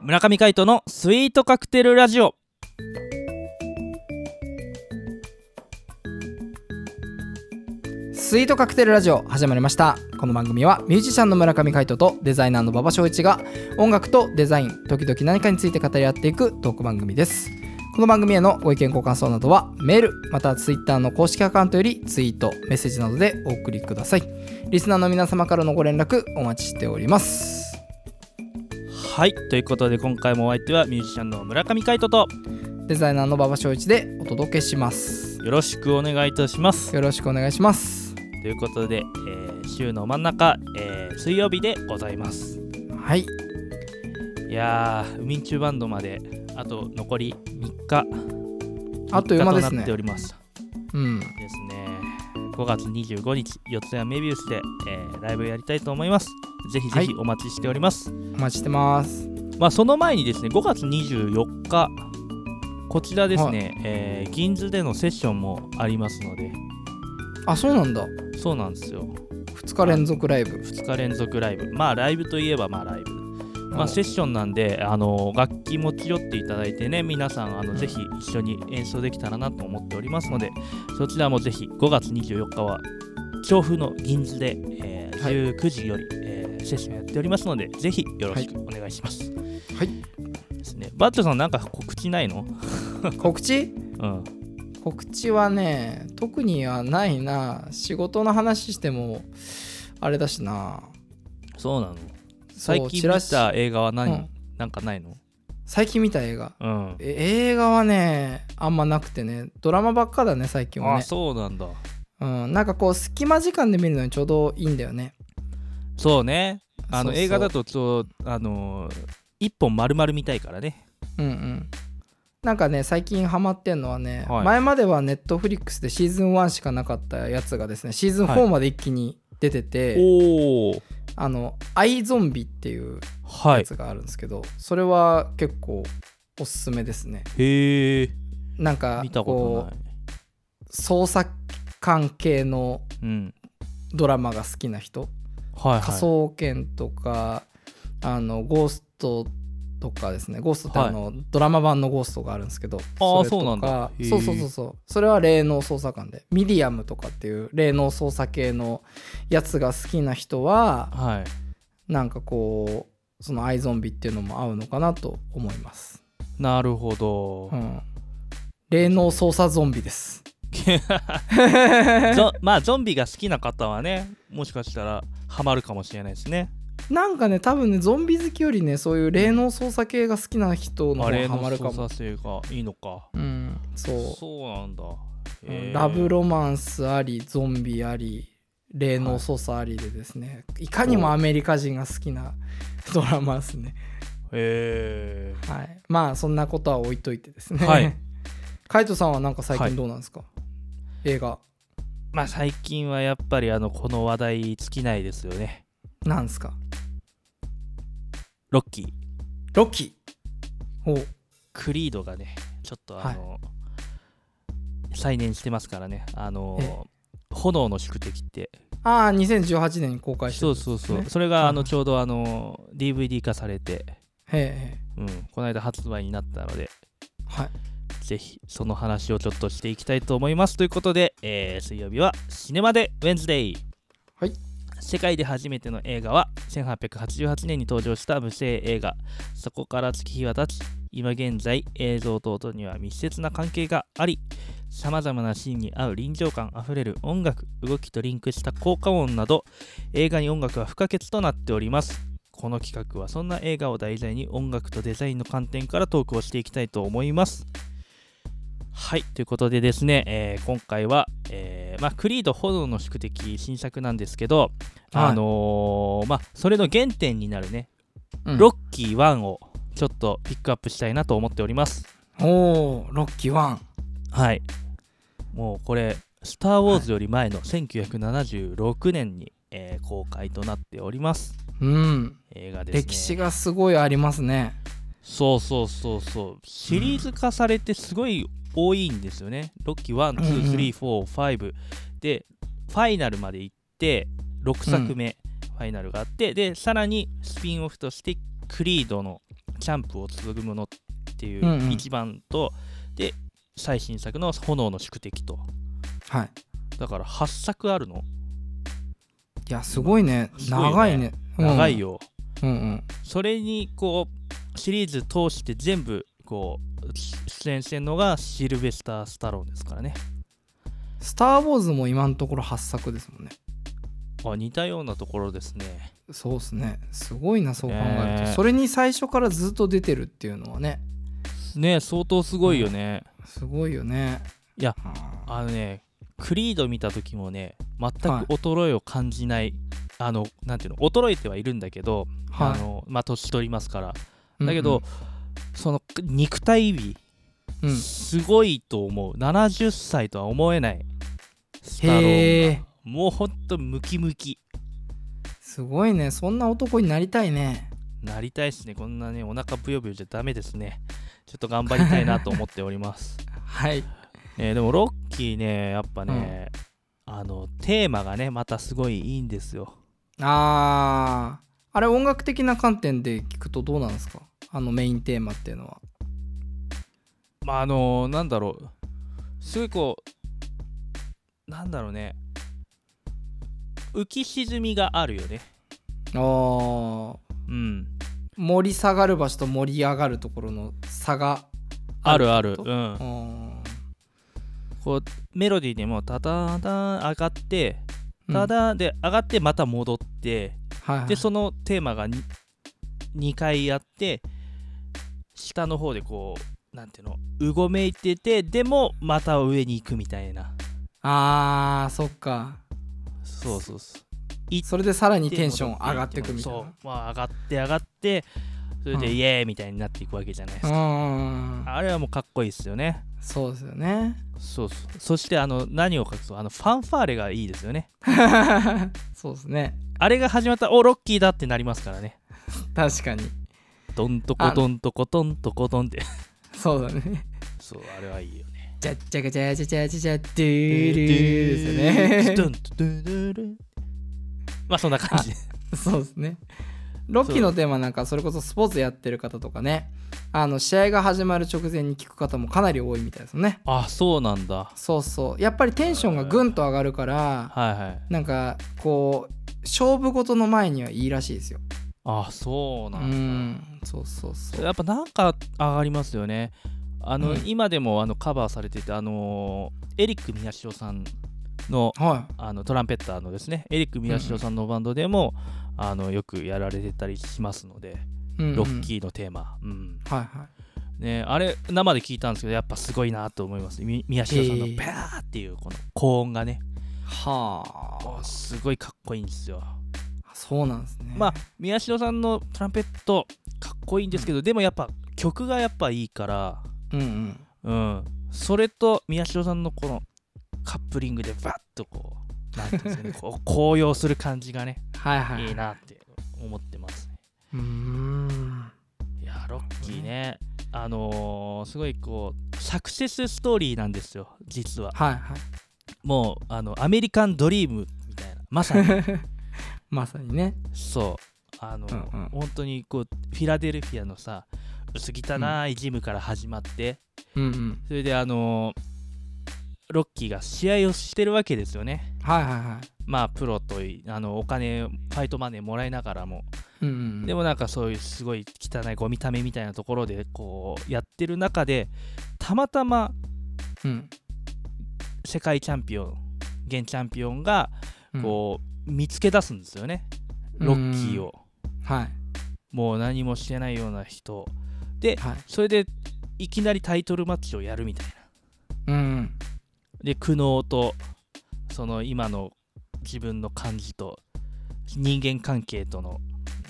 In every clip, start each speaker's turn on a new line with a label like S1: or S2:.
S1: 村上海人のスイートカクテルラジオ
S2: スイートカクテルラジオ始まりましたこの番組はミュージシャンの村上海人とデザイナーの馬場翔一が音楽とデザイン時々何かについて語り合っていくトーク番組ですこの番組へのご意見ご感想などはメールまたはツイッターの公式アカウントよりツイートメッセージなどでお送りくださいリスナーの皆様からのご連絡お待ちしております
S1: はいということで今回もお相手はミュージシャンの村上海人と
S2: デザイナーの馬場翔一でお届けします
S1: よろしくお願いいたします
S2: よろしくお願いします
S1: ということで、えー週の真ん中、えー水曜日でございます
S2: はい
S1: いやーウミンチューバンドまであと残り3日
S2: あっという間
S1: 3
S2: で
S1: 日
S2: す
S1: となってお
S2: ね
S1: ります
S2: うん
S1: ですね5月25日四谷メビウスで、えーライブやりたいと思いますぜひぜひ
S2: は
S1: お待ちしております、
S2: お待ちしてます
S1: まあその前にですね5月24日こちらですね、えー銀座でのセッションもありますので
S2: あそうなんだ
S1: そうなんですよ
S2: 2日連続ライブ
S1: 2日連続ライブまあライブといえばまあライブま
S2: お
S1: あセッションなんであの楽器持ち寄っていただいてね皆さんあの、
S2: うん
S1: ぜひ一緒に演奏できたらなと思っておりますのでそちらもぜひ5月24日は調布の銀座で、えー
S2: はい
S1: 19時より、えーセッションやっておりますのでぜひよろしくお願いします
S2: はい
S1: ですねバッチョさんなんか告知ないの
S2: 告知
S1: うん
S2: 告知はね特にはないな仕事の話してもあれだしな
S1: そうなの
S2: そう
S1: 最
S2: チ
S1: 近
S2: ラ
S1: 見
S2: シ
S1: た映画は何、
S2: うん
S1: なんかないの
S2: 最近見た映画
S1: うん
S2: え映画はねあんまなくてねドラマばっかだね最近は
S1: あ
S2: ね
S1: そうなんだ
S2: うん、なんかこう隙間時間で見るのにちょうどいいんだよね
S1: そうねあの
S2: そうそう
S1: 映画だとそうあのー一本丸々見たいからね
S2: うんうんなんかね最近ハマってんのはね、
S1: はい
S2: 前まではネットフリックスでシーズン1しかなかったやつがですねシーズン
S1: はい
S2: 4まで一気に出てて、
S1: おお
S2: あの「アイゾンビ」っていう
S1: は
S2: や
S1: い
S2: つがあるんですけど、それは結構おすすめですね
S1: へえ
S2: なんか
S1: 見たことない
S2: こう捜査関係の
S1: うん
S2: ドラマが好きな人、
S1: はい、はい、
S2: 科捜研とかあのゴーストとかですねゴーストって
S1: はい
S2: あの、ドラマ版のゴーストがあるんですけど
S1: あー
S2: れとか
S1: そうなんだへー
S2: そうそうそうそうそれは霊能捜査官でミディアムとかっていう霊能捜査系のやつが好きな人は
S1: はい
S2: なんかこうそのアイゾンビっていうのも合うのかなと思います
S1: なるほど、
S2: うん、霊能操作ゾンビです。
S1: ゾまあゾンビが好きな方はねもしかしたらハマるかもしれないですね
S2: なんかね多分ねゾンビ好きよりねそういう霊能操作系が好きな人の
S1: あ
S2: 方
S1: れ
S2: がハ
S1: の
S2: マるか
S1: 操
S2: も。
S1: 作性がいいのか
S2: うん、そう
S1: そうなんだ
S2: うん
S1: へー
S2: ラブロマンスありゾンビあり霊能操作ありでですね、い、かにもアメリカ人が好きなドラマですね。
S1: へえ
S2: はい、まあそんなことは置いといてですね。
S1: はい、
S2: カイトさんはなんか最
S1: はい
S2: 近どうなんですか、映画
S1: まあ最近はやっぱりあのこの話題尽きないですよね
S2: なんですか
S1: ロッキー
S2: ロキお
S1: クリードがねちょっとあの、再燃してますからねあの炎の宿敵って
S2: ああ2018年に公開して
S1: そ
S2: る
S1: うそうそう、それがあのちょうどあの DVD 化されて、
S2: へえへえ
S1: うん、この間発売になったので
S2: はい
S1: ぜひその話をちょっとしていきたいと思いますということで、えー水曜日はシネマでウェンズデイ
S2: はい
S1: 世界で初めての映画は1888年に登場した無声映画そこから月日は経ち今現在映像と音には密接な関係がありさまざまなシーンに合う臨場感あふれる音楽動きとリンクした効果音など映画に音楽は不可欠となっておりますこの企画はそんな映画を題材に音楽とデザインの観点からトークをしていきたいと思いますはいということでですね、えー今回は、えーまあ、クリード炎の宿敵新作なんですけど、
S2: はい
S1: あのーまあそれの原点になるね、
S2: うん
S1: ロッキー1をちょっとピックアップしたいなと思っております
S2: おーロッキー1
S1: はいもうこれ「スター・ウォーズ」より前の1976年に、えー公開となっております
S2: うん、
S1: 映画です、ね、
S2: 歴史がすごいありますね
S1: そうそうそうそうシリーズ化されてすごい多いんですよね、ロッキー1、2、3、4、5でファイナルまで行って6作目、ファイナルがあってでさらにスピンオフとしてクリードの「キャンプを紡ぐもの」っていう
S2: うんうん
S1: 1番と、で最新作の「炎の宿敵と」
S2: はい
S1: だから8作あるの
S2: いやすごいね
S1: すごいね
S2: 長いねうん
S1: 長いよ、
S2: うんうん
S1: それにこうシリーズ通して全部こうし出演してるのがシルベスター・スタローンですからね
S2: 「スター・ウォーズ」も今のところ8作ですもんね
S1: あ似たようなところですね
S2: そうですねすごいなそう考えると、
S1: ねえ
S2: それに最初からずっと出てるっていうのはね
S1: ね相当すごいよね、
S2: すごいよね
S1: いや
S2: あ
S1: あのねクリード見た時もね全く衰えを感じない、あのなんていうの衰えてはいるんだけど、
S2: ーはい
S1: あのまあ年取りますから
S2: うんうん
S1: だけど、その肉体美、
S2: うん
S1: すごいと思う70歳とは思えないスタロー
S2: へ
S1: ン
S2: え
S1: もうほんとムキムキ
S2: すごいねそんな男になりたいね
S1: なりたいですねこんなねお腹ぶよぶよじゃダメですねちょっと頑張りたいなと思っており ます、
S2: はい
S1: えーでもロッキーねやっぱね、あのテーマがねまたすごいいいんですよ
S2: あーあれ音楽的な観点で聞くとどうなんですかあのメインテーマっていうのは
S1: まああのなんだろうすごいこうなんだろうね浮き沈みがあるよね
S2: あー
S1: うん
S2: 盛り下がる場所と盛り上がるところの差が
S1: あるある
S2: って
S1: う
S2: こと
S1: ん
S2: あ
S1: こうメロディーでもタタタ上がって
S2: ー
S1: タ
S2: うん
S1: タで上がってまた戻って、
S2: はいはい
S1: でそのテーマが 2, 回あって下の方でこうなんていうのうごめいててでもまた上に行くみたいな
S2: あーそっか
S1: そうそうそう
S2: それでさらにテンション上がっていくみたい
S1: そう、まあ、上がって上がってそれ
S2: う
S1: で
S2: ん
S1: イエーイみたいになっていくわけじゃないですか、
S2: なうん
S1: あれはもうかっこいいですよね
S2: そうですよね
S1: そうそうそしてあの何を隠そうあのファンファーレがいいですよね
S2: そうですね
S1: あれが始まったらおロッキーだってなりますからね
S2: 確かに
S1: どんとこどんとこどんとこどんって
S2: そうだね
S1: そうあれはいいよね
S2: じゃっちゃかちゃちゃちゃちゃちゃドゥールーで
S1: ドゥン
S2: すよね
S1: ドゥンドゥンドゥン まあそんな感じで
S2: そうですねロッキーのテーマなんかそれこそスポーツやってる方とかねあの試合が始まる直前に聞く方もかなり多いみたいですよね
S1: あそうなんだ
S2: そうそうやっぱりテンションがぐんと上がるか
S1: は
S2: ら
S1: いはい
S2: なんかこう勝負事の前にはいいらしいですよ
S1: あそう
S2: う
S1: なんだ
S2: んそうそうそう
S1: やっぱなんか上がりますよね。あの、
S2: うん
S1: 今でもあのカバーされてて、あのーエリック・宮代さんの
S2: は
S1: あのトランペッターのですね、エリック・宮代さんのバンドでも、あのよくやられてたりしますので、
S2: い、うんうん
S1: ロッキーのテーマ、うん
S2: はいはい
S1: ね、あれ、生で聞いたんですけど、やっぱすごいなと思います。み宮代さんの
S2: えー
S1: ペーっていうこの高音がね、
S2: はあ
S1: おすごいかっこいいんですよ。
S2: そうなんですね
S1: まあ、宮代さんのトランペット、かっこいいんですけど、でもやっぱ曲がやっぱいいから。
S2: うんうん
S1: うん、それと宮代さんのこのカップリングでバッとこうなんていうんですかねこう高揚する感じがね
S2: はいはい
S1: いいなって思ってますね
S2: うーん
S1: いやーロッキーねあのーすごいこうサクセスストーリーなんですよ実は
S2: はいはい
S1: もうあのアメリカンドリームみたいなまさに
S2: まさにね
S1: そうあのー、
S2: うんうん
S1: 本当にこうフィラデルフィアのさ薄汚いジムから始まって、
S2: うんうん
S1: それであのーロッキーが試合をしてるわけですよね
S2: はいはいはい
S1: まあプロといあのお金ファイトマネーもらいながらも、
S2: うんうん
S1: でもなんかそういうすごい汚いゴミためみたいなところでこうやってる中でたまたま
S2: うん
S1: 世界チャンピオン現チャンピオンが
S2: うん
S1: こう、見つけ出すんですよね
S2: うん
S1: ロッキーを、
S2: はい
S1: もう何もしてないような人で
S2: はい
S1: それでいきなりタイトルマッチをやるみたいな
S2: うんうん
S1: で苦悩とその今の自分の感じと人間関係との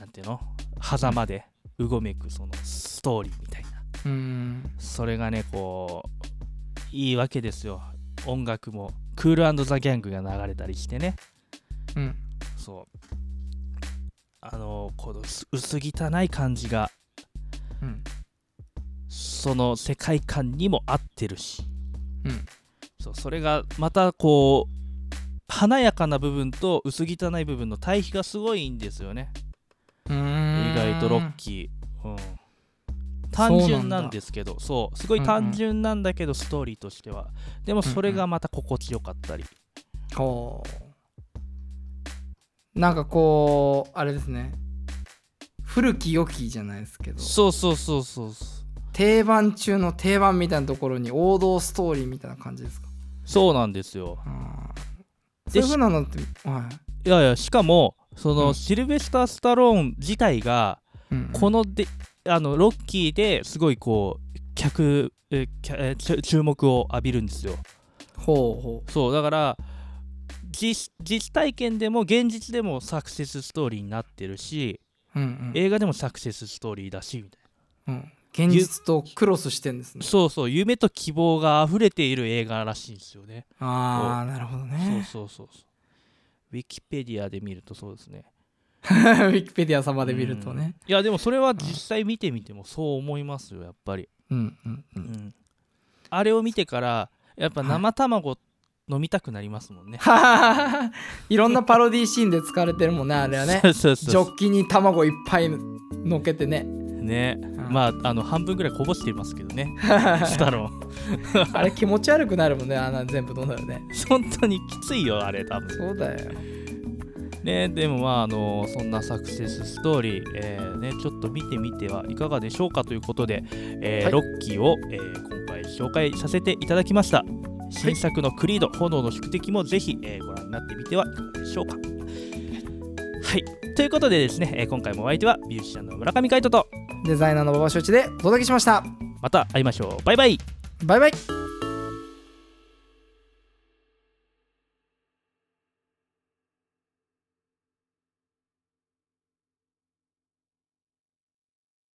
S1: なんていうの狭間でうごめくそのストーリーみたいな
S2: うんうん
S1: それがねこういいわけですよ音楽もクールザ・ギャングが流れたりしてね
S2: うん
S1: そうあのこの薄薄汚い感じが
S2: うん
S1: その世界観にも合ってるし
S2: うん
S1: そうそれがまたこ華やかな部分と薄汚い部分の対比がすごいんですよね
S2: うーん
S1: 意外とロッキー、うん、単純なんですけどそうすごい単純なんだけどストーリーとしてはでもそれがまた心地よかったり、
S2: ほうなんかこうあれですね古き良きじゃないですけど
S1: そうそうそうそうそう
S2: 定番中の定番みたいなところに王道ストーリーみたいな感じですか
S1: そうなんですよ
S2: あーそう
S1: で
S2: いうふうなのってはい
S1: やいやしかもその、
S2: うん
S1: シルベスター・スタローン自体が
S2: い、うん
S1: このであのロッキーですごいこう客えーきゃえーちゅ注目を浴びるんですよ
S2: ほうほ
S1: そうだから実実体験でも現実でもサクセスストーリーになってるし
S2: う、うんうん
S1: 映画でもサクセスストーリーだしみたい
S2: うん、現実とクロスしてんですね
S1: なそうそう夢と希望が溢れている映画らしいんですよね
S2: ああなるほど
S1: そう
S2: ね
S1: そうそうそうウィキペディアで見るとそうですね
S2: ウィキペディア様で見るとね
S1: いやでもそれは実際見てみてもそう思いますよやっぱり
S2: うんうん
S1: う
S2: う
S1: んん、あれを見てからやっぱ生卵飲みたくなりますもんね。
S2: ははは はいろんなパロディシーンで使われてるもんねあれはね
S1: そうそう
S2: ジ
S1: そ
S2: ョッキに卵いっぱいのっけてね
S1: う。ね、まああの半分ぐらいこぼしていますけど ねスタローン。
S2: あれ気持ち悪くなるもんねあんな全部飲んだらね
S1: 本当にきついよあれ多分。
S2: そうだよ
S1: ねでもまああのそんなサクセスストーリー、えーね、ちょっと見てみてはいかがでしょうかということで、えー
S2: はい
S1: ロッキーを、えー今回紹介させていただきました新作の「クリード、炎の宿敵」もぜひ、えーご覧になってみてはいかがでしょうかはいということでですね、えー今回もお相手はミュージシャンの村上海人と
S2: デザイナーの馬場所一でお届けしました
S1: また会いましょうバイバイ
S2: バイバイ